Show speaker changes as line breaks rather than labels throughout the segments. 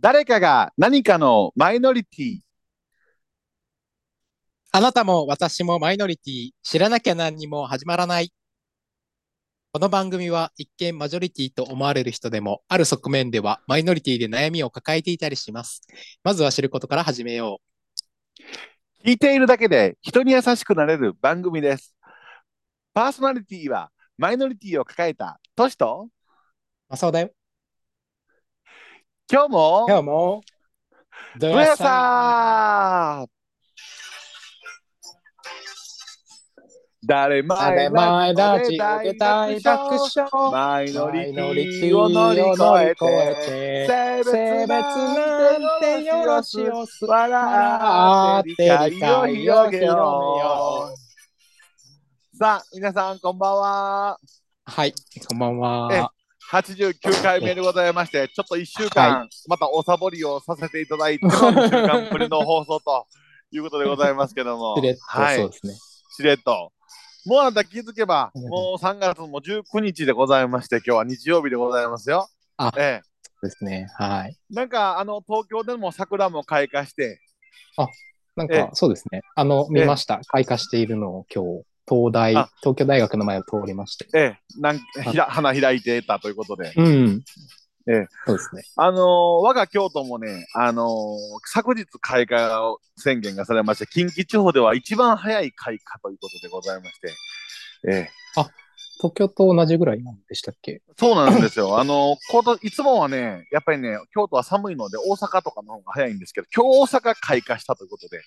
誰かが何かのマイノリティ。
あなたも私もマイノリティ、知らなきゃ何にも始まらない。この番組は一見マジョリティと思われる人でも、ある側面ではマイノリティで悩みを抱えていたりします。まずは知ることから始めよ
聞いているだけで人に優しくなれる番組です。パーソナリティはマイノリティを抱えたトシと、
う。まあそうだよ。
今日も、
今日も、ど
ブヤさん誰も
あれ前立ち受けたい爆笑。
マイノ
マイ
リテ
ノリテ
ィ
ィを
を乗
乗り
り
越
越え
え
て、性
て、性別
別
な
なんん
て
て
よ
よ
ろ
ろ
し
し
お
お
す。
笑って理解を広げよう。さあ、皆さん、こんばんは。
はい、こんばんは。
89回目でございまして、ちょっと1週間、またおサボりをさせていただいての、1週間ぶりの放送ということでございますけども、
しれっと、
はい
そうですね。
しれっと。もうあなた気づけば、
うん
もう3月も19日でございまして、今日は日曜日でございますよ。
あ
ええ、
そうですね。はい。
なんか、あの、東京でも桜も開花して、
なん
ええ
か、そうですね。あの、
ええ
見ました。開花しているのを今日、東大、
あ
東京大学の前を通りまして。
ええ、なんひら花開いてたということで、
うん。
ええ
そうですね。
あのー我が京都もね、あのー昨日開花を宣言がされまして、近畿地方では一番早い開花ということでございまして、ええ、
東京と同じぐらいなんでしたっけ
そうなんですよ。あのー今年いつもはね、やっぱりね、京都は寒いので、大阪とかの方が早いんですけど、今日大阪開花したということで、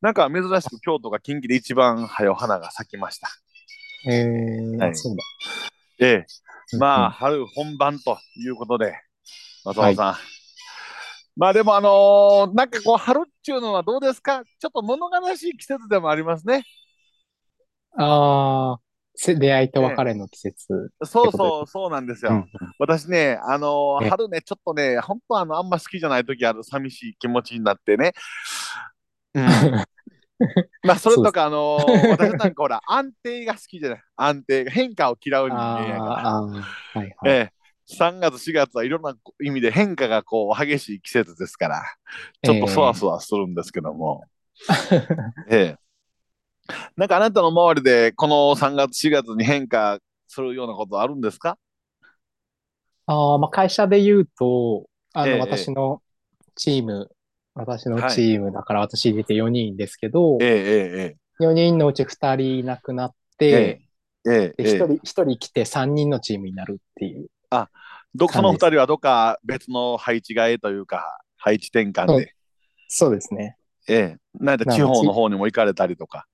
なんか珍しく京都が近畿で一番早い花が咲きました。
ええ
はい
そうだ。
ええ、まあ、
あ、
春本番ということで、松尾さん。まあでも、あのーなんかこう、春っていうのはどうですかちょっと物悲しい季節でもありますね。
ああ、せ出会いと別れの季節。
そうそう、そうなんですよ。
うん
私ね、あのー
ええ
春ね、ちょっとね、本当あの、あんま好きじゃない時ある寂しい気持ちになってね。うん、 まあ、それとか、あのー私なんかほら、安定が好きじゃない。安定が、変化を嫌う人
あ
間やから。
あ、ああはいはい。
ええ、3月、4月はいろんな意味で変化がこう激しい季節ですから、ちょっとそわそわするんですけども。ええなんかあなたの周りでこの3月、4月に変化するようなことあるんですか
ああ、まあ、会社で言うと、あ
え
の、
え
私のチーム、私の
はい
チームだから私入れて4人ですけど、
ええ
4人のうち2人いなくなっ
ええ
て、
ええええ
で、
ええ
1人、一人来て3人のチームになるっていう。
どその2人はどっか別の配置替えというか、配置転換
うん
で、
そうですね。
ええなんか地方の方にも行かれたりとか。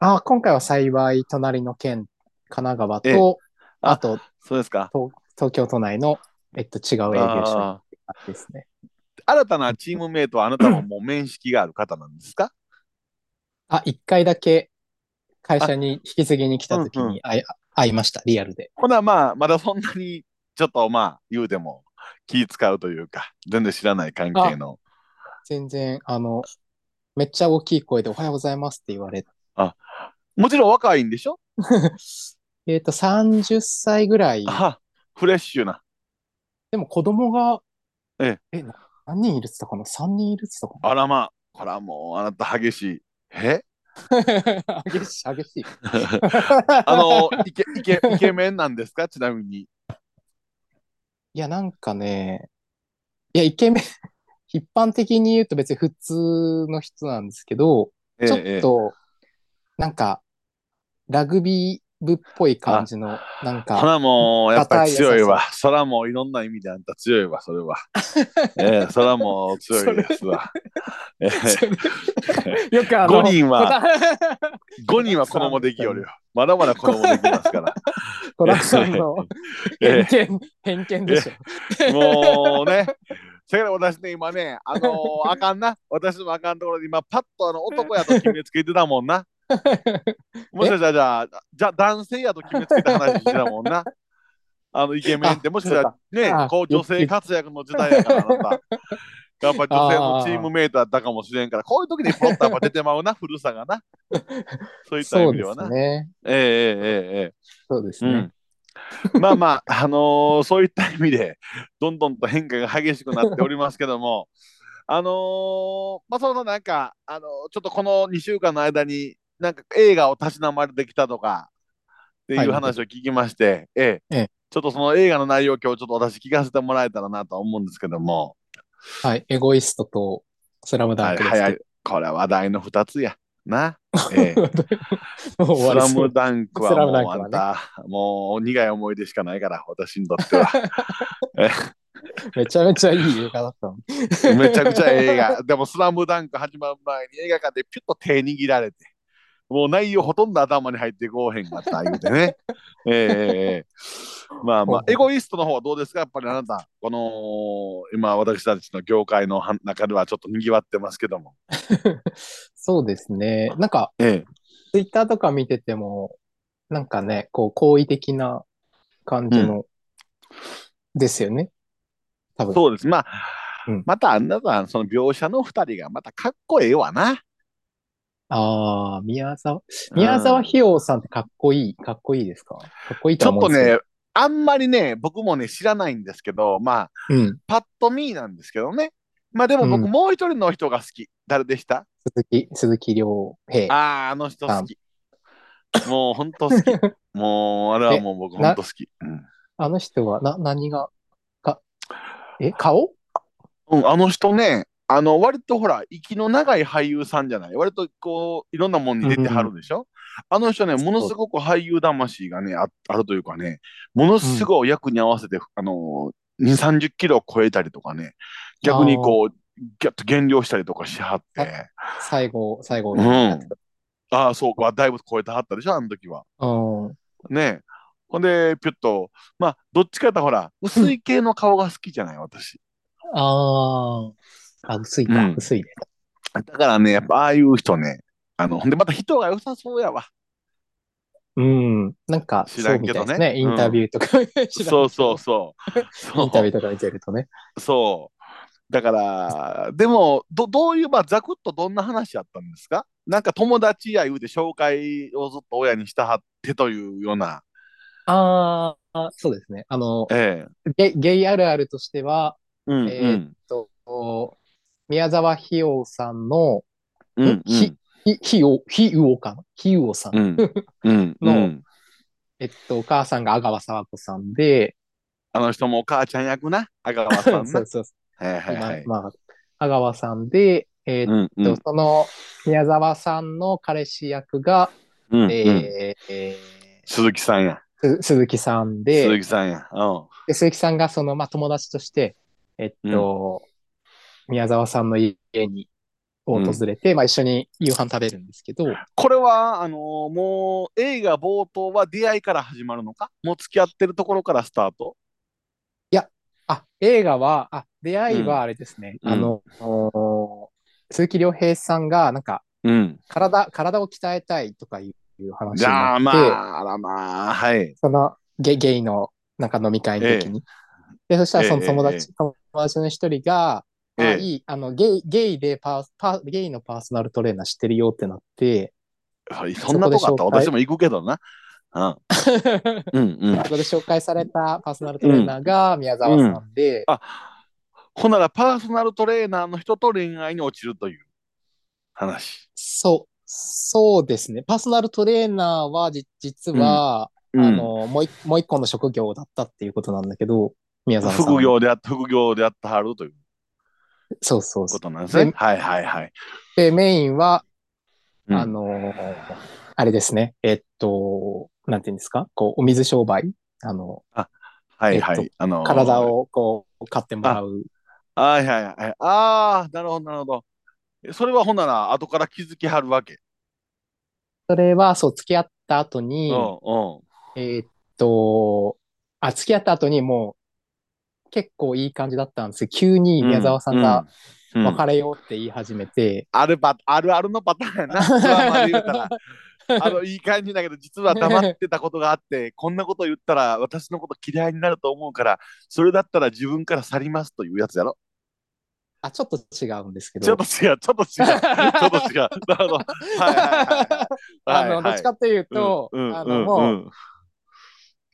ああ、今回は幸い、隣の県、神奈川
ええ
と、
あ
あと、
そうですか。
東、東京都内の、えっと、違う営業所
ああ
ですね。
新たなチームメイトはあなたももう面識がある方なんですか
あ、1回だけ会社に引き継ぎに来た時
うんうん
に会い会いました、リアルで。
ほな、まあ、まだそんなに、ちょっとまあ、言うても、気使うというか、全然知らない関係の。
全然、あの、めっちゃ大きい声でおはようございますって言われて。
もちろん若いんでしょ
えっと、30歳ぐらい。
あフレッシュな。
でも子供が、
え
え、な何人いるって言ったかな ?3 人いるって言っ
あらまあ、これはもう、あなた激しい。え
た かな激しい、激しい。
あの、イケ、イケ、 イケメンなんですかちなみに。
いや、なんかね、いや、イケメン、一般的に言うと別に普通の人なんですけど、
ええ
ちょっ、と、なんか、ラグビー部っぽい感じの、な
え
ん
えほ
か、
なもう、やっぱり強いわ
硬。
そらもう、いろんな意味であんた強いわ、それ は。ええ、そらもう、強いですわ。ええ、
よくあの、
5人は、
は、
5人は子供でき よるよ。まだまだ子供できますから。
トラさんの
ええ
偏見、偏見でしょ。
もうね。それから私ね、今ね、あのー あかんな。私のあかんところで今、パッとあの男やと決めつけてたもん な。もしかしたら、じゃあ、じゃ男性やと決めつけた話してたもんな。あの、イケメンって、もしかしたら
そうか
ね
あ、
こう女性活躍の時代やからなんだ。やっぱ女性のチームメイトだったかもしれんから、こういう時にポロッとやっぱ出てまうな、古 さがな。そういった意
そ
味
うで
ではな。
すね。
ええええええええ
そうです
う
ね
ん。まあまあ、あのーそういった意味で、どんどんと変化が激しくなっておりますけども、 あのーまあ、そのなんか、あのーちょっとこの2週間の間に、なんか映画をたしなまれてきたとかって
はいいう
話を聞きまして、ええ
ええ
ちょっとその映画の内容を今日ちょっと私聞かせてもらえたらなと思うんですけども、
はい。エゴイストとスラムダ
は
ン
い、
クです。
はい、これは話題の2つや。な。ええ
もう終
ス
わり
ラ
そう
ムダンクは
スラム
もう
ダン
あ
クはね
んた、もう苦い思い出しかないから、私にとっては。
めちゃめちゃいい映画だったの。
めちゃくちゃ映画。でも、スラムダンク始まる前に映画館でピュッと手握られて、もう内容ほとんど頭に入ってこうへんかった、言うてね。 ええええまあまあ、エゴイストの方はどうですかやっぱりあなた、この、今私たちの業界の中ではちょっと賑わってますけども。
そうですね。なんか、
ええ
ツイッターとか見てても、なんかね、こう、好意的な感じの、ですよね。多分。
そうです。まあ、
うん
またあなた、その描写の二人がまたかっこええわな。
ああ、宮沢、宮沢
うん
ひよさんってかっこいい、かっこいいですかかっこいい
ち
とは
ょっ
思
と
うんですけ
ね、あんまりね、僕もね、知らないんですけど、まあ、
ど。うん。
パッと見なんですけどね。まあでも僕
うん
もう一人の人が好き。誰でした
鈴木、鈴木亮
あ
平。
あ、あの人好き。もう本当 好き。もうあれはもう僕本当好き。うん
あの人は、な、何が、か、え、顔
うん、あの人ね、あの割とほら、息の長い俳優さんじゃない。割とこう、いろんなもんに出てはるでしょ。あの人ね、ものすごく俳優魂がね、ああるというかね、ものすごい役に合わせて、あの、2、30キロを超えたりとかね、逆にこう、ギャッと減量したりとかしはって。
最後、最後
う
の。
ん。ああ、そうか。だいぶ超えてはったでしょ、あの時は。
うん。うん
ねえ。ほんで、ピュッと、まあ、どっちかやったらほら、薄い系の顔が好きじゃない、私。
あーあ、薄いか、
うん
薄いね。
だからね、やっぱああいう人ね、あの、ほんで、また人が良さそうやわ。
うん。なんか、
知らんけどね
そうみたいですね。イ
うん
ンタビューとか、 知らん
そうそうそう。
インタビュ
そ
ーとか見てるとね。
う。そう。だから、でも、どどういう、まあ、ざくっとどんな話やったんですかなんか友達や言うて紹介をずっと親にしたはってというような。
ああ、そうですね。あの、
ええ。
ゲイゲイあるあるとしては、
うん、
えー
うん。
と、宮沢ひよさんの、
うん、うん。
ひひ、ひよ、ひうおかなひうおさん。
うん。うん。う
の
ん。
えっと、お母さんが阿川沢子さんで、
あの人もお母ちゃん役な、阿川 さん
そ
な
う。そうそ
はいは
う
いはい。
まあ、まあ阿川さんで、えっ
うんう
と、
ん
その、宮沢さんの彼氏役が、
うんうん
えーえ
鈴木さんや。
ーす鈴木さんで
鈴木さんや。うん
で鈴木さんがその、まあ、友達として、えっと、宮沢さんの家に、を訪れて、まあ、一緒に夕飯食べるんですけど、
これは、あのーもう映画冒頭は出会いから始まるのかもう付き合ってるところからスタート
あ、映画は、あ、出会いはあれですね。
うん
あの、おー鈴木亮平さんが、なんか、
うん。
体、体を鍛えたいとかいういう話
じゃ
にな
あ
って、
まあ、あらまあ、はい。
そのゲ、ゲイの、なんか飲み会の時に。で、そしたらその友達、友達の一人が、あ、
ええ
いい、あの、ゲイ、ゲイでパーパー、ゲイのパーソナルトレーナー知ってるよってなって、
そんなとこあったら私
そこで紹介
も行くけどな。
そこ
うん、うん、うん。
で紹介されたパーソナルトレーナーが宮沢さんで、
あほならパーソナルトレーナーの人と恋愛に落ちるという話。
そう、そうですね。パーソナルトレーナーはじ、実は、
うん
あの、もういもう一個の職業だったっていうことなんだけど、宮沢さん。
副業であった、副業であったはるという
そうそうそ
こ
う。
となんですね
で。
はいはいはい。
で、メインは、
うん
あのーあれですね。えっと、なんていうんですかこう、お水商売あの、
はいはい。
えっ
あのー
体。をこう、買ってもらう。
はいはいはい。ああ、なるほどなるほど。えそれはほんなら後から気づきはるわけ。
それは、そう、付き合った後
う
に、
んうん。
えーっと、あ、付き合った後にもう、結構いい感じだったんですよ。急に宮沢さんが
うん、うん
別れようって言い始めて、
あるパあるあるのパターンやな。 ドラマで言うたらあのいい感じだけど実は黙ってたことがあってこんなこと言ったら私のこと嫌いになると思うからそれだったら自分から去りますというやつやろ。
あ、ちょっと違うんですけど。
ちょっと違うちょっと違うちょっ と違う。なるほど。はいはいはいはい。
あの、どっちかというと、
うんうん
あ
う
の、
ん
もう、
うん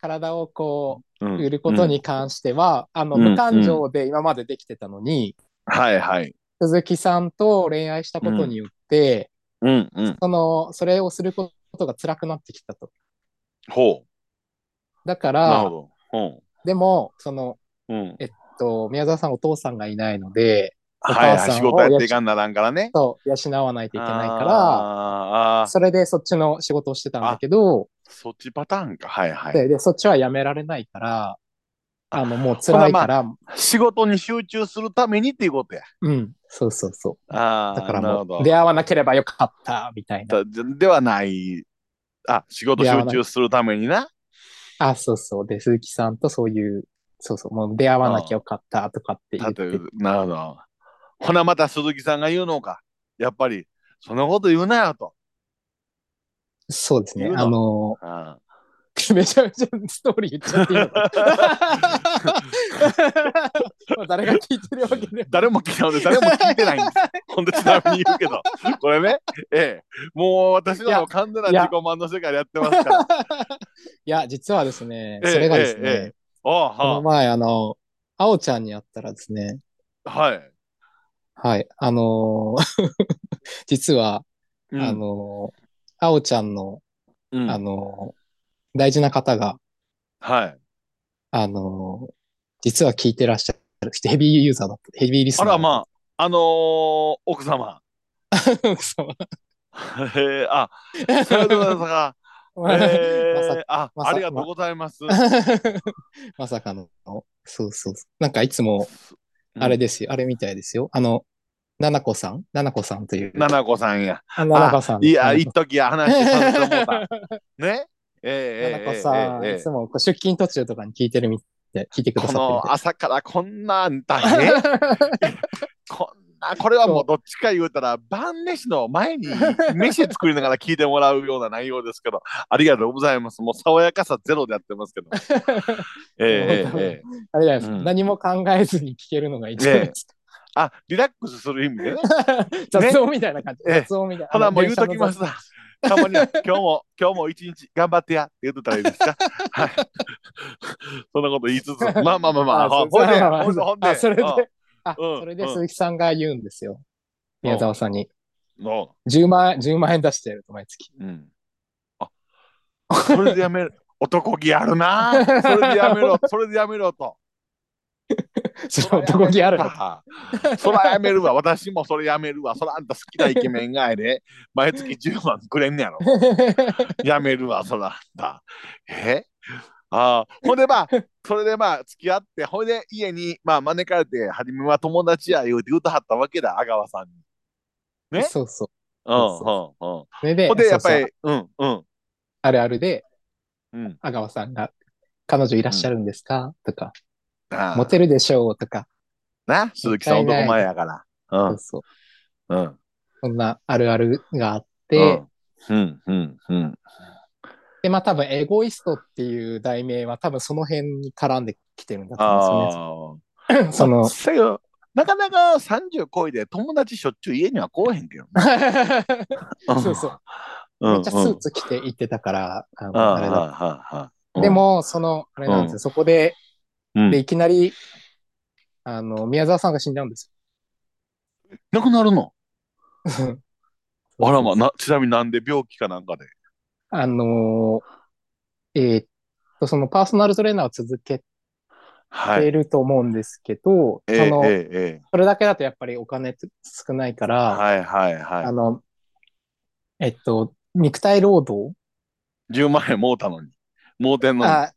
体をこ
う
う、
ん
売ることに関しては、あの、
うん
無感情で今までできてたのに、
うんはいはい。
鈴木さんと恋愛したことによって、
うんうん。
その、それをすることが辛くなってきたと。
ほ
だか
う。なる
ら、
ほど。
でも、その、
うん。うん。
ええっと、宮沢さんお父さんがいないので、お
はい
母
はい。
さ
仕
んを
事やっていかんならんからね。
そう、養わないといけないか
あーあ
ら、
ー
それでそっちの仕事をしてたんだけど、
そっちパターンか。はいはい。
でで、そっちはやめられないから、あの、もう辛いから、
仕事に集中するためにっていうことや。
うん、そうそうそ
あ
う。
あ、
だから
なる
も
ほど
う、出会わなければよかった、みたいな。
だじゃではない。あ、仕事集中するためにな。
あ、そうそう。で、鈴木さんとそういう、そうそう、もう出会わなきゃよかった、とかって言
だ
っ
って
て、
なるほど。ほなまた鈴木さんが言うのか。やっぱり、そんなこと言うなよと。
そうですね
言。うの
あの
あ
ー、 めちゃめちゃストーリー言っちゃっていいの かまあ誰が聞いてるわけでも。
誰も聞いたので、誰も聞いてない んです。ほんで、ちなみに言うけど、これね、ええ、もう私
い
の
や
完全な自己満の世界でやってますから。
いや、実はですね、
ええ
それがです
ええ
ね、
あ
この
は
前、あの、あおちゃんに会ったらですね、
あ、はい。
はい、あのー 実は、
うん
あ、のーあおちゃんの、
うん
あのー大事な方が、
はい。
あのー実は聞いてらっしゃる、ヘビーユーザーだった、ヘビーリス
あ
ナー
ら、まあ、あのー奥様。
あ。奥様
ええあ、さようでございますか。え
まさ
えあ、
まさ
ありがとうございます。
まさかの、そうそうそう。なんかいつも、
うん
あれですよ、あれみたいですよ。あの、ななこさんななこさんという。
ななこさんや。
あななこさん。
いや、
なな
一
こ
時話してさせてもらった。ね。
な
え
な
え
こさん、
ええええ
いつもこう出勤途中とかに聞いてるみたい、聞いてくだ
こ
さってるみ
の朝からこんなん大変。 こんな、これはもうどっちか言うたら、晩飯の前に飯作りながら聞いてもらうような内容ですけど、ありがとうございます。もう爽やかさゼロでやってますけど。
たいな。
え
なる
え
ほど
ええええ
あれじゃないですか、
うん
何も考えずに聞けるのが一番ですか。
あ、リラックスする意味でね。
雑音みたいな感じ。
ええ
雑音みたいな。。
ほら、もう言うときますすな。たまには、今日も、今日も一日頑張ってやって言ってたらいいですか。はい。そんなこと言いつつ、まあまあまあまあ、
そ
ほ
うん
で、
まあまあ
ほんで、ほんで、
あそれで
うん、
あ、
うん
それで鈴木さんが言うんですよ。
うん
宮沢さんに。
の、
10万円、10万円出してやると、毎月。
うん。あ、それでやめる。男気あるなあ。それでやめろ、それでやめろと。
それ男気あるの
か。 そらやめるわ、私もそれやめるわ。そらあんた好きなイケメンがやで、毎月10万くれんねやろ。 やめるわ、そらあんた。えああほんでまあ、それでまあ、付き合って、ほいで家に、まあ、招かれて、初めは友達や言うて歌はったわけだ、阿川さんに。え
そうそう。
うん、うん、うん。ほ
それで、
んで、やっぱ
そう
り
そう、
うん、うん、
あるあるで、
うん。
阿川さんが、彼女いらっしゃるんですかとか、
ああ
モテるでしょうとか、
な、鈴木さん男前やから。う、
そうんそう。
うん。
そんなあるあるがあっ
うん
て、
うん、うん、うん。
で、まあ多分、エゴイストっていう題名は多分その辺に絡んできてるんだと思うんですよね
ああ。。
その、
せよなかなか30超えで友達しょっちゅう家には来おへんけどな。
そうそう。
うん。
めっちゃスーツ着て行ってたから、あ
うん。あ
のあれだ。
ああ
で、も、その、あれなんですよ。そこで、
うん
で、いきなり、あの、宮沢さんが死んじゃうんです
なくなるの
よ。
あらま、なちなみになんで病気かなんかで。
あのーえーっと、そのパーソナルトレーナーを続け
は
て
い。
いると思うんですけど、
ええ
その、
えええ
それだけだとやっぱりお金って少ないか
え
ら、
はいはいは
あの、えっと、肉体労働、
い。10万円もうたのに。もうてんのに。
あ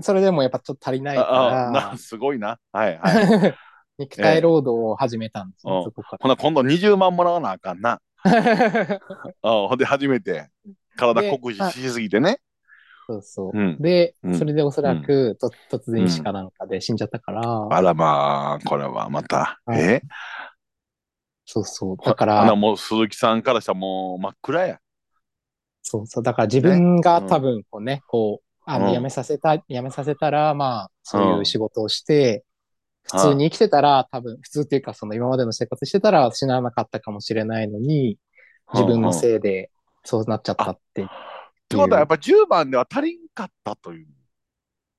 それでもやっぱちょっと足りない
ああ
か
なすごいな。はい
ら、
はい。
肉体労働を始めたんです
え
よ
え、
そこか
ほな、今度20万もらわなあかんな。
ら。
あほんで、初めて体
で
酷使しすぎてね。
そうそうう。
ん。
で
う、ん
それでおそらく、と突然死かなんかで死んじゃったから、
あらまあ、これはまた。
はい
え
そうそう。だか
あ
ら
の、もう鈴木さんからしたらもう真っ暗や。
そうそう。だから自分が
ねうん
多分、こうね、こう、あ
う
の、
ん
辞めさせた、辞めさせたら、まあ、そういううん仕事をして、普通に生きてたら、多分、普通っていうか、その今までの生活してたら死ななかったかもしれないのに、自分の
い。っ
せいで、そうなっちゃったって。って
ことはやっぱ10番では足りんかったという。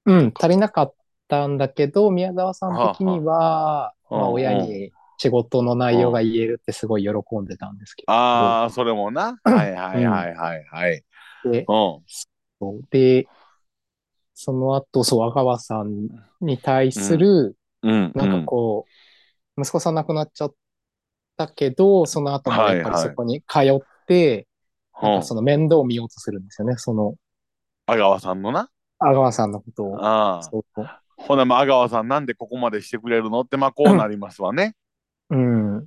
うん、足りなかったんだけど、宮沢さん的に
は
は、
あはあ
まあ
うん
親に仕事の内容が言えるってすごい喜んでたんですけ
ああ、それも な。はいはいはいはいはい。
ど、で、
うん。
そうでその後、そう、阿川さんに対する、
うん。
なんかこう、息子さん亡くなっちゃったけど、その後もやっぱりそこに通って、
うん、
なんかその面倒を見ようとするんですよね、その、
阿川さんのな。
阿川さんのことを。
ああ。
そう
ほな、まあ、阿川さんなんでここまでしてくれるのって、まあ、こうなりますわ ね。
うん。
うんうん。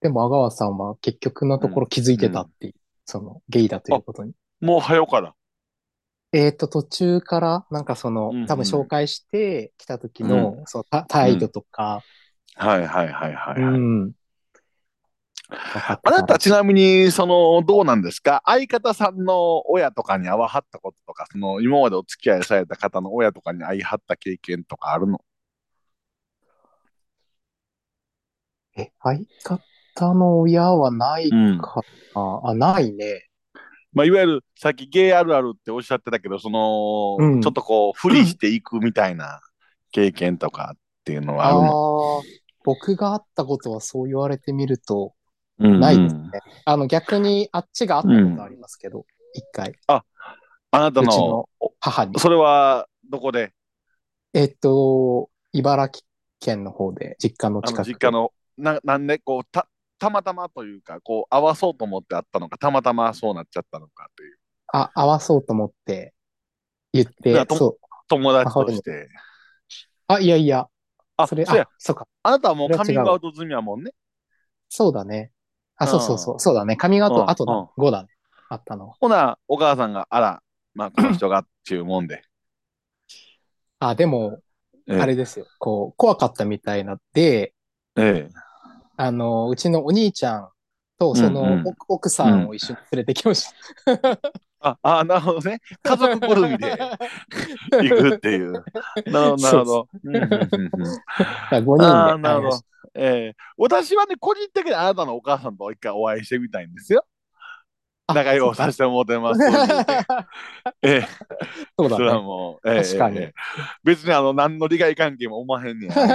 でも阿川さんは結局のところ気づいてたっていう、そのゲイだということに。
もう早から。
えっ、と、途中から、なんかその
うんう、ん
多分紹介してきた時の、そのた態度とか、
はいはいはいはい。
う
はい
ん。
あなたちなみに、その、どうなんですか相方さんの親とかに会わはったこととか、その、今までお付き合いされた方の親とかに会いはった経験とかあるの
え、相方の親はない
ん
かな、あ、ないね。
まあ、いわゆる、さっきゲイあるあるっておっしゃってたけど、その、
うん
ちょっとこう、不利していくみたいな経験とかっていうのはあ
あ
る
あ
の
ー、僕があったことはそう言われてみると、
うんうん
ないですね。あの、逆にあっちがあったことありますけど、一回、
あなた
うち
の、
の母に。
それは、どこで
えっと、茨城県の方で、実家の
あ
近
の
く。
実家のななんでこうたたまたまというかこう合わそうと思ってあったのかたまたまそうなっちゃったのかという
あ、合わそうと思って言っ
い
て
や、と
そう。
友達として
あ、いやいや、
あ
それ、
そうや
あ、そうか。
あなたはもう
それは
カ
違う
ミングアウト済みはもんね
そうだね。あ、そうそう
う
そう。そうだね。髪型
うん
と、あ
う
と
ん
だ。5だね。あったの。
ほなお母さんがあらまあこの人がっていうもんで
あ、でも、
ええ
あれですよ。こう、怖かったみたいなで、
ええ
あの、うちのお兄ちゃんと、その、
うんうん
お奥さんを一緒に連れてきました。
ああなるほどね家族ぐるみで 行くっていうなるほどなるほどうんうんうんうん
5人で。
あーなるほ
あ
ど
の
ええ私はね個人的にあなたのお母さんと一回お会いしてみたいんですよ
あ
仲良くさせてもらってますというねええ
そう
それ
だ
は
ね。
もう、ええ
確かに
ええ別にあの何の利害関係も思わへんねん。ええ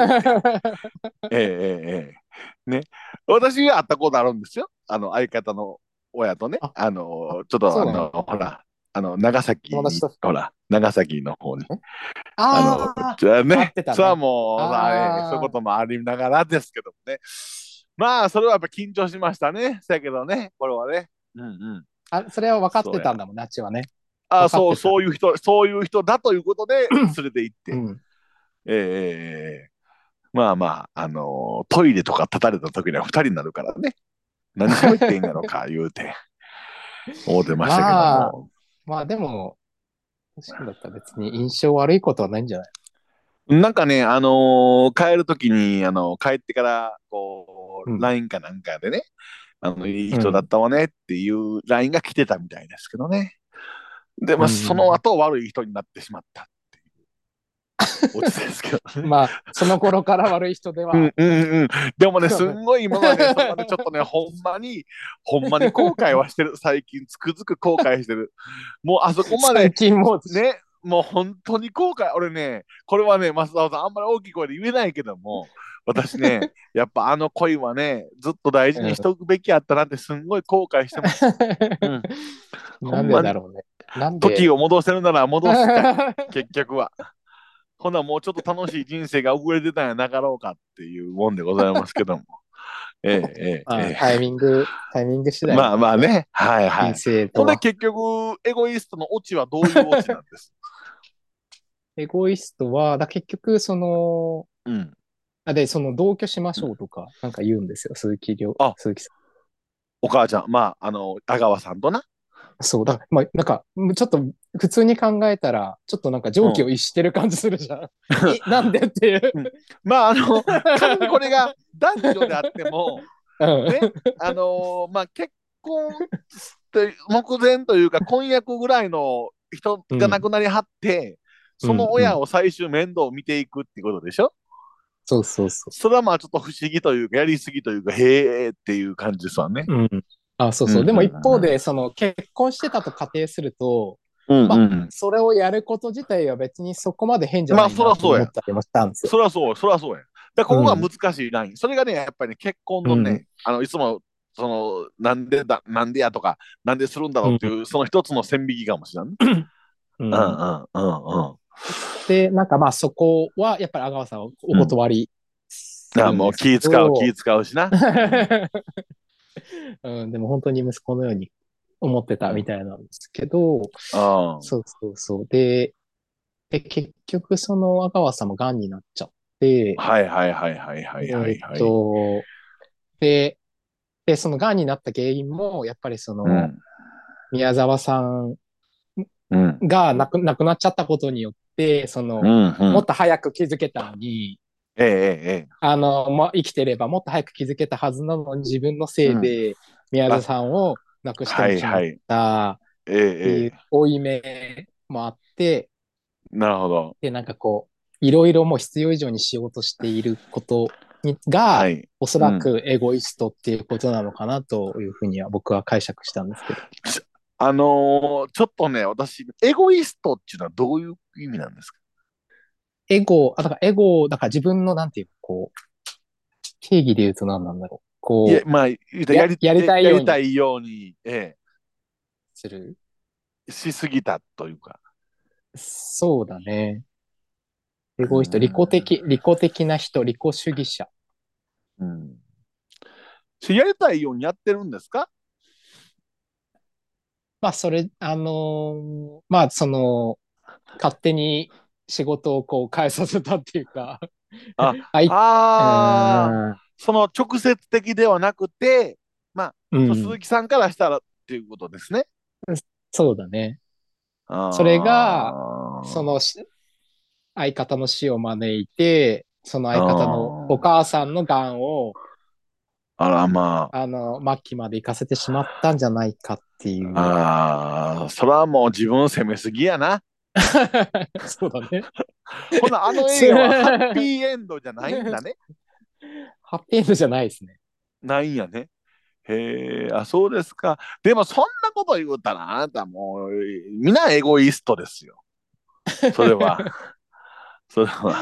ええええね。私が会ったことあるんですよ。あの相方の親とね、
あ
あのちょっと
そ
あ
うなの
のほら、あの長崎に
友達と
ほら長崎の方に、
あ
の
あ
じゃあ
会っ
ね
てた、ね
それはもう
あー
まあええそういうこともありながらですけどもね。まあそれはやっぱ緊張しましたね。せやけどね、これはね。うんうん。
あ、それは分かってたんだもんね、あっちはね。
あ
わかってた
そうそういう人そういう人だということで連れて行って。
うん。
ええええええまあまあ、あのートイレとか立たれた時には二人になるからね。何喋っていいんだろうか、言う て。思ってましたけども。
まあまあでも、確かだったら別に印象悪いことはないんじゃない
なんかね、あのー帰る時に、あの帰ってから、こ
うん
う、LINE、かなんかでね、あの、いい人だったわねっていう LINE が来てたみたいですけどね。で、まあ、
うん
その後悪い人になってしまったって いう。落ちですけどね。
まあ、その頃から悪い人では
う。んうんうん。でもね、
そ
す
うね
んごい今まで、そんなにちょっとね、ほんまに、ほんまに後悔はしてる。最近、つくづく後悔してる。もうあそこまで
最、近もう、
ね、もう本当に後悔。俺ね、これはね、増田さん、あんまり大きい声で言えないけども、私 ね、やっぱあの恋はね、ずっと大事にしておくべきやったなって、すんごい後悔してます。うん
なんでだろうね。なんで
時を戻せるなら 戻すか、結局は。ほな、もうちょっと楽しい人生が遅れてたんやなかろうかっていうもんでございますけ ども。ええ、ええ、
ま
え
あ
え。
タイミング、タイミング次第。
まあまあね。はいは
人
い。
生と
ほんで
は。
結局、エゴイストのオチはどういうオチなんです
エゴイストは、だ結局、その、
うん。
あで、その同居しましょうとか、なんか言うんですよ、鈴木亮
あ、
鈴木さん。
お母ちゃん、まあ、あの、阿川さんとな。
そう、だから、まあ、なんか、ちょっと、普通に考えたら、ちょっとなんか常軌を逸してる感じする じゃん。えなんでっていう。
まあ、あの、仮にこれが男女であっても、
うん
ね、あのまあ、結婚って目前というか、婚約ぐらいの人が亡くなりはって、
うん
その親を最終面倒を見ていくってことでしょ、
そうそうそ
それはまあちょっと不思議というかやりすぎというかへえっていう感じですわね。
う。うん。あ、そうそう。
うん
でも一方で、その結婚してたと仮定すると、
うん
まあ
うん
それをやること自体は別にそこまで変じゃないな
まあそら
と
そうや
思ったりもしたんですよ。
そりゃそう、そりゃそうや。だからここが難しいライン。それがね、やっぱりね、結婚のね、
うん
あのいつも、その、なんでだ、なんでやとか、なんでするんだろうっていう、その一つの線引きかもしれない。
うん
うんうんうんうん。
で、なんかまあそこはやっぱり阿川さんはお断りす
だか
る
ら
ん
もう
ですけ
気
ど
使う、気使うしな。
うん、でも本当に息子のように思ってたみたいなんですけど、
うん
そうそうそう。で、で結局その阿川さんも癌になっちゃって、
はいはいはいはいはいはい
え
は
っ
い。
と、で、で、その癌になった原因も、やっぱりその、
うん
宮沢さん
うん
が亡く亡くなっちゃったことによって、そ
う
の、
んう
も
ん
っと早く気づけたのに、
えええええ
あの、まあ、生きてればもっと早く気づけたはずなのに、自分のせいで宮沢さんを亡く
え。
してしま
は
っ
いはい。
た
ええ
ってい
え
う負い目もあって、
え。なるほど。
で、なんかこう、いろいろもう必要以上にしようとしていることにが、
はい。
おそらくエゴイストっていうことなのかなというふうには僕は解釈したんですけど。
あのーちょっとね、私、エゴイストっていうのはどういう意味なんですか
エゴ、あ、だからエゴ、だから自分のなんていうかこう、定義で言うと何なんだろう。こ
いや
う、、
まあ、や
や
り
やりたいように
やりたいように、え
する。
え、しすぎたというか。
そうだね。エゴイスト、
うん
利己的、利己的な人、利己主義者。
うん、しやりたいようにやってるんですか
まあ、それ、あのーまあ、その、勝手に仕事をこう変えさせたっていうか、
あ
相
ああ、その直接的ではなくて、
うんうん
鈴木さんからしたらっていうことですね。
そうだね。
あー
それが、そ、のし相方の死を招いて、その相方の
あー
お母さんのがんを、
あらま
あの、末期まで行かせてしまったんじゃないかっていう。
あ、ああ、それはもう自分責めすぎやな。
そうだね。
ほな、あの映画はハッピーエンドじゃないんだ ね。
ハッピーエンドじゃないですね。
ないんやね。へえ、あ、そうですか。でも、そんなこと言うたら、あなたもう、皆エゴイストですよ。それ は。それは。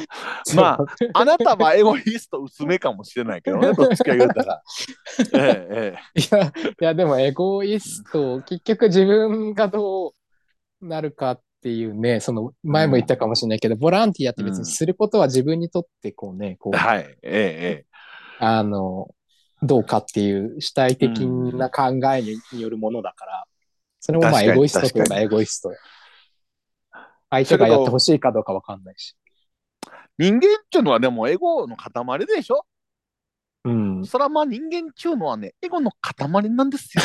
まあ、あなたはエゴイスト薄めかもしれないけどね、どっちか言うたら。 ええ、え
いや、いやでもエゴイスト、結局自分がどうなるかっていうね、その前も言ったかもしれないけど、ボランティアって別にすることは自分にとってこうね、こ
え。
う、
はい、ええ、え
あの、どうかっていう主体的な考えにによるものだから、それもまあ
確かに
エゴイストといえばエゴイストよ。相手がやってほしいかどうかわかんないし。
え。人間っていうのはでもエゴの塊でしょ
うん。
そらまあ人間っていうのはね、エゴの塊なんですよ。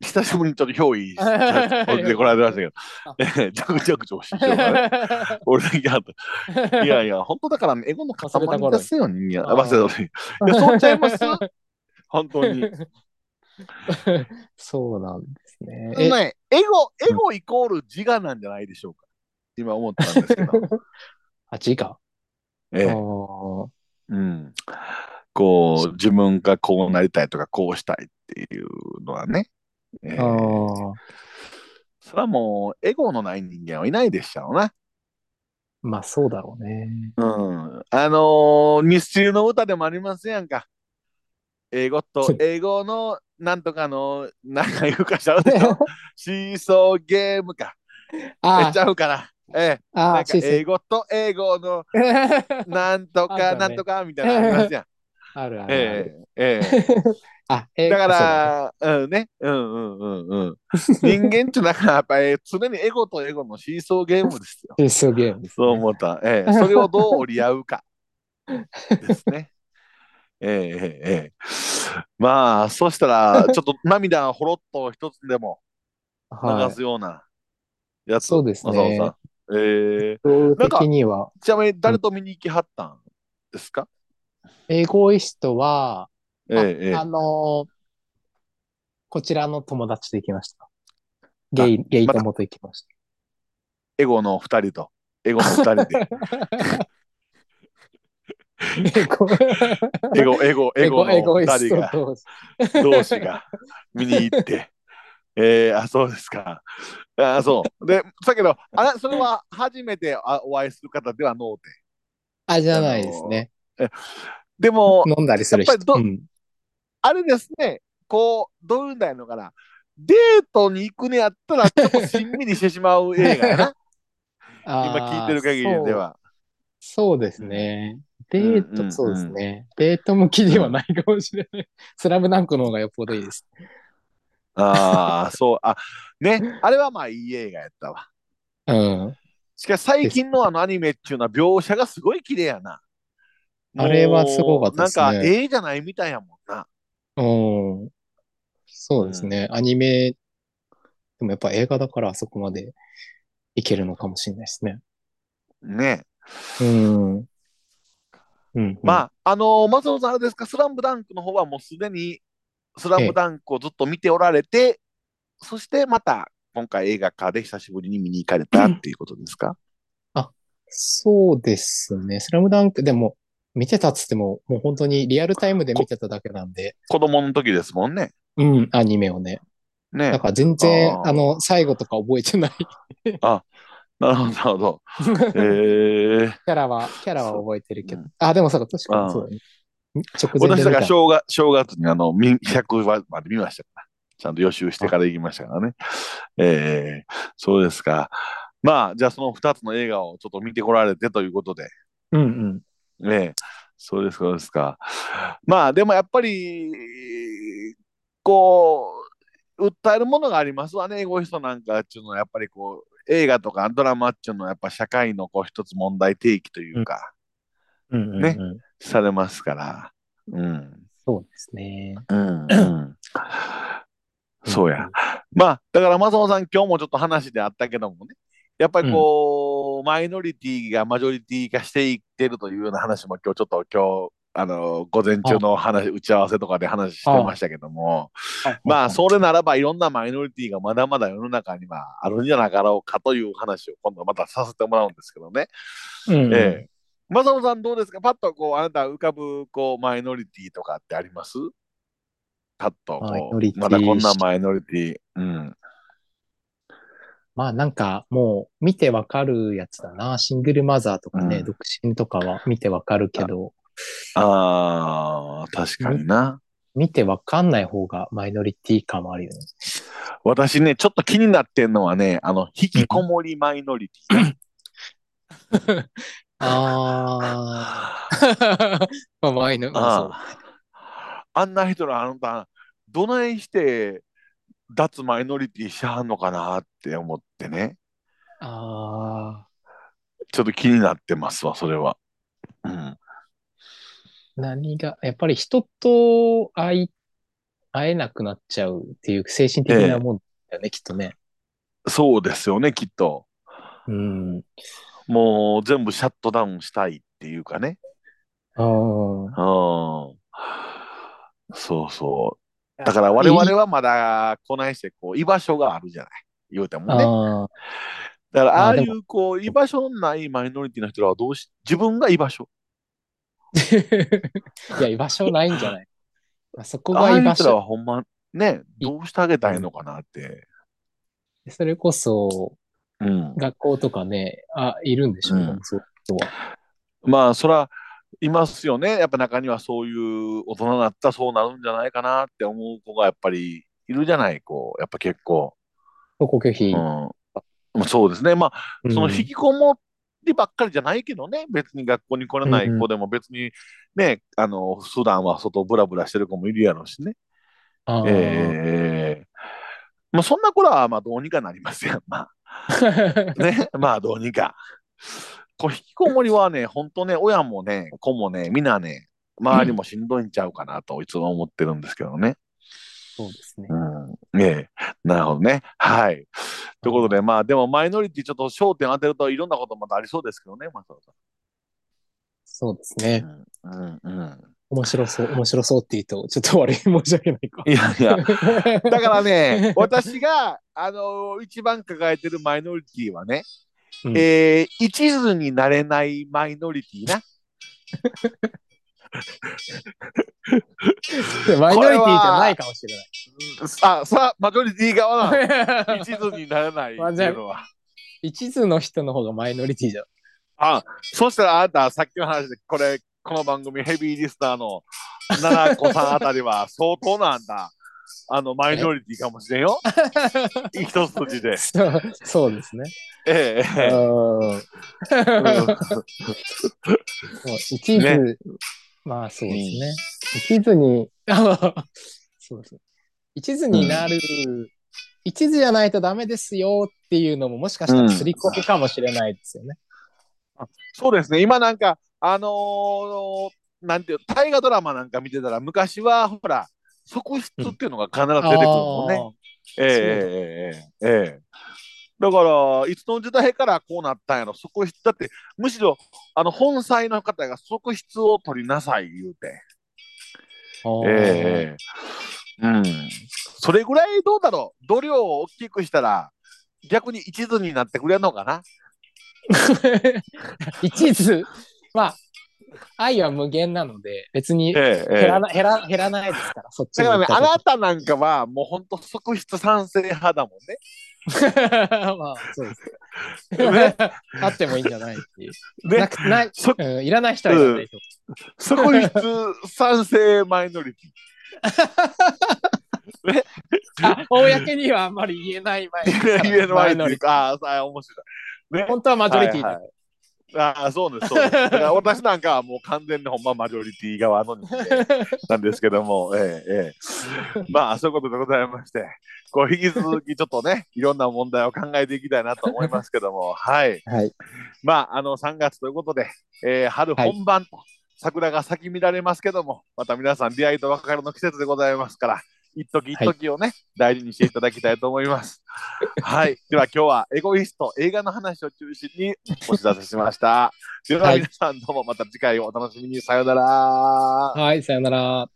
久しぶりにちょっと憑依してこられましたけど、 ええ、ちょくちょく調子しようかな。俺だけあと。いやいや、本当だからね、エゴの
忘れた
塊
頃
ですよ、人間。
あー
忘れた。いや、そうちゃい ます本当に。
そうなんですね。え
ね、エゴ、エゴイコール自我なんじゃないでしょうか。今思ったんですけど。
あ、字が。
え
あ
え
ー
うん、こう、自分がこうなりたいとか、こうしたいっていうのはね。ええ
あー
それはもう、エゴのない人間はいないでしょうな。
まあそうだろうね。
うん。あのー、ミスチルの歌でもありますやんか。英語と英語のなんとかの、なんか言うかしちゃうでしょシーソーゲームか。え
あ
ちゃうから。ええ、
あ、あ
なん
あ、
か
シ
英
ス。
語と英語のなんと
あんた
か
ね
なんとかみたいなのありますやん。
あるあるあ
え
る。
え、え
あ、
え。
え
だか
そう
ら、うんね、うんうんうんうん。人間ってだからやっぱり常にエゴとエゴのシーソーゲームですよ。
だねシスゲームです
そ
ね
う思った。ええ、それをどう折り合うかですね。ええええええ。まあ、そしたら、ちょっと涙ほろっと一つでも
はい
流。すようなやつ。
そうですね
正雄さんええ
動的には、
ちなみに誰と見に行きはったんですか、
エゴイストは、
ええええ
あのーこちらの友達と行きました。ゲイ、ゲイ友と行きまし
エゴの二人と、エゴの二人で、
た。エゴ、
エゴ、エゴ、エ
エ
ゴ
ゴ、
の
エゴイ
二
ス
人
ト
が、
と、
同士が見に行って、えー、あ、そうですか。あ、そう。で、だけど、あらそれは初めてあお会いする方ではのうて。
あ、じゃないですね。
でも、
飲んだりする
やっぱ
人。う
り
ん、
あれですね、こう、どういうんだよのかな。デートに行くねやったら、ちょっとしんみりしてしまう映画や な。今聞いてる限りで
あー。
は。
そうそうですね。デー
うんうんう
ト、
ん
そうですね。デート向きではないかもしれない。 スラムダンクの方がよっぽどいいです。
ああ、そう。あ、ね、あれはまあいい映画やったわ。
うん。
しかし最近のあのアニメっていうのは描写がすごい綺麗やな。
あれはすごかったですね
もうなんか、ええじゃないみたいやもんな。
うん。そうですね。アニメ、でもやっぱ映画だからあそこまでいけるのかもしれないですね。
ね。
うん。うん、うん。
まあ、あのー松本さん、あれですか、スラムダンクの方はもうすでに、スラムダンクをずっと見ておられて、そしてまた、今回映画化で久しぶりに見に行かれたっていうことですか
そうですね。スラムダンク、でも、見てたっつっても、もう本当にリアルタイムで見てただけなんで、
子供の時ですもんね。
うん、アニメをね。だ
ね。
から全然、
あー
あの、最後とか覚えてない。
なるほど、なるほど。え
キ
ー、
ャラは、 キャラは覚えてるけど
う。
あ、でもそうか、確かにそうだね。直前
私
で
だ
見
から
た。
正月正月にあのみ100話まで見ましたから、ちゃんと予習してから行きましたからね。えー、そうですか。まあ、じゃあその2つの映画をちょっと見てこられてということで、
うんうん。
ね、そうですか、そうですか。まあ、でもやっぱり、こう、訴えるものがありますわね、エゴイストなんかっていうのは、やっぱりこう、映画とかドラマっていうのは、やっぱ社会のこう一つ問題提起というか、
うんうんうん
ねされますから。うん
そうですね。
うん うんそうや。まあ、だから松本さん、今日もちょっと話であったけどもね、やっぱりこう、マイノリティがマジョリティ化していってるというような話も今日ちょっと今日、あの、午前中の話、打ち合わせとかで話してましたけども、まあ、それならばいろんなマイノリティがまだまだ世の中にはあるんじゃなかろうかという話を今度またさせてもらうんですけどね。
うんうん。
ええ。松本さんどうですかパッとこう、あなた浮かぶこう、マイノリティとかってありますパッと
マイ
こ
ノリ
う、
ティ
まだこんなマイノリティ。うん。
まあなんかもう見てわかるやつだな。シングルマザーとかね、
うん
独身とかは見てわかるけど、
ああ、確かにな。
見てわかんない方がマイノリティ感もあるよね。
私ね、ちょっと気になってんのはね、あの、引きこもりマイノリティ。 あ
あ あ。まあマイノリティ。そう
あ。あんな人らあなた、どないして脱マイノリティしはんのかなって思ってね、
あ
ちょっと気になってますわ、それは。うん。
ー何が、やっぱり人と会い、会えなくなっちゃうっていう精神的なもんだよね、きっとね。
そうですよね、きっと。
うん。
もう全部シャットダウンしたいっていうかね。
ああ。
うん。そうそう。だから我々はまだこないしてこう居場所があるじゃない。言うてもね。
ああ。
だからああい
あで
うこう居場所のないマイノリティの人らはどうし、自分が居場所。
いや、居場所ないんじゃないまあそこ
あ
が
あ
居
いう
場
人ら
所。
はほんまね、
い
どうしてあげたいのかなって。
それこそ、
うん。
学校とかね、あ、いるんでしょう、
うん
そういう人は。
まあそら、いますよね。やっぱ中にはそういう大人になったらそうなるんじゃないかなって思う子がやっぱりいるじゃない、こう。やっぱ結構。
登校拒否。
うん、そうですね、まあ、その
うん
引きこもりばっかりじゃないけどね、別に学校に来れない
うんう
子
ん
でも、別にね、あの普段は外ブラブラしてる子もいるやろうしね、
あー
ええまあ、そんな子らはまあどうにかなりますよ、ま あ、ね、 まあどうにか。こう引きこもりはね、本当ね、親もね、子もね、みんなね、周りもしんどいんちゃうかなといつも思ってるんですけどね。
そうですね。
うん、ねえ、なるほどね。はい。ということで、まあ、でもマイノリティちょっと焦点当てるといろんなことまたありそうですけどね、松田
そうですね。
さん。うん、うん、う
面白そう、面白そうって言うと、ちょっと悪い、申し訳ないか、
ん。。いやいや、 だからね 私が、あの一番抱えてるマイノリティはね、
うん
えー一途になれないマイノリティな。
でマイノリティじゃないかもしれない。
あ、さ、マジョリティ側なの 一途にならない
まあ
っていうのは。
一途の人の方がマイノリティじゃん。
あ、そしたらあなた、さっきの話で、これ、この番組ヘビーリスナーの七子さんあたりは相当なんだ。あの、マイノリティかもしれん よ。一筋 で。
そう そうですね。
ええ
う
ええ。
ん。
うん
もう一途、
ね
まあそうですね。一途に、あ そうですね。一途になる、一途じゃないとダメですよっていうのももしかしたらすり込みかもしれないですよね。
そうですね、今なんか、あのーなんていう、大河ドラマなんか見てたら、昔はほら、側室っていうのが必ず出てくるもんね。ええええええええだから、いつの時代からこうなったんやろ、側室。だって、むしろ、あの、本妻の方が側室を取りなさい言うて。
あー
ええうん。それぐらいどうだろう、度量を大きくしたら、逆に一途になってくれるのかな。
一途、まあ、愛は無限なので、別に減
ええええ
らな,、減ら減らないですから、そっち
だ
に
から
行
ね、
っ
あな
た
たなんかはもう本当側室賛成派だもんね。
時 まあ、そうですね
ね。
あってもいいんじゃないっていう。な
ね、
くない、
そ
うん、いらない人はいらないと。
側室賛成マイノリティ。
あ公にはあんまり言えない前
言え
マ
ない
イ
って
ノ
いう
リテ
か、あーあー、面白い。ね
ィ。本当はマジョリティだ、
はいはいああ、そうです、そうです。だから私なんかはもう完全にほんまマジョリティ側の人間なんですけど も、ええええ、まあ、そういうことでございまして、こう引き続きちょっとね、いろんな問題を考えていきたいなと思いますけども、はい。
はい。
まあ、あの3月ということで、えー春本番と、桜が咲き乱れますけども、また皆さん、出会いと別れの季節でございますから、一時一時をね、大事にしていただきたいと思います。はい、では今日はエゴイスト、映画の話を中心にお知らせしました。では
はい
皆さん、どうもまた次回をお楽しみに。さようなら。
はい、さよなら。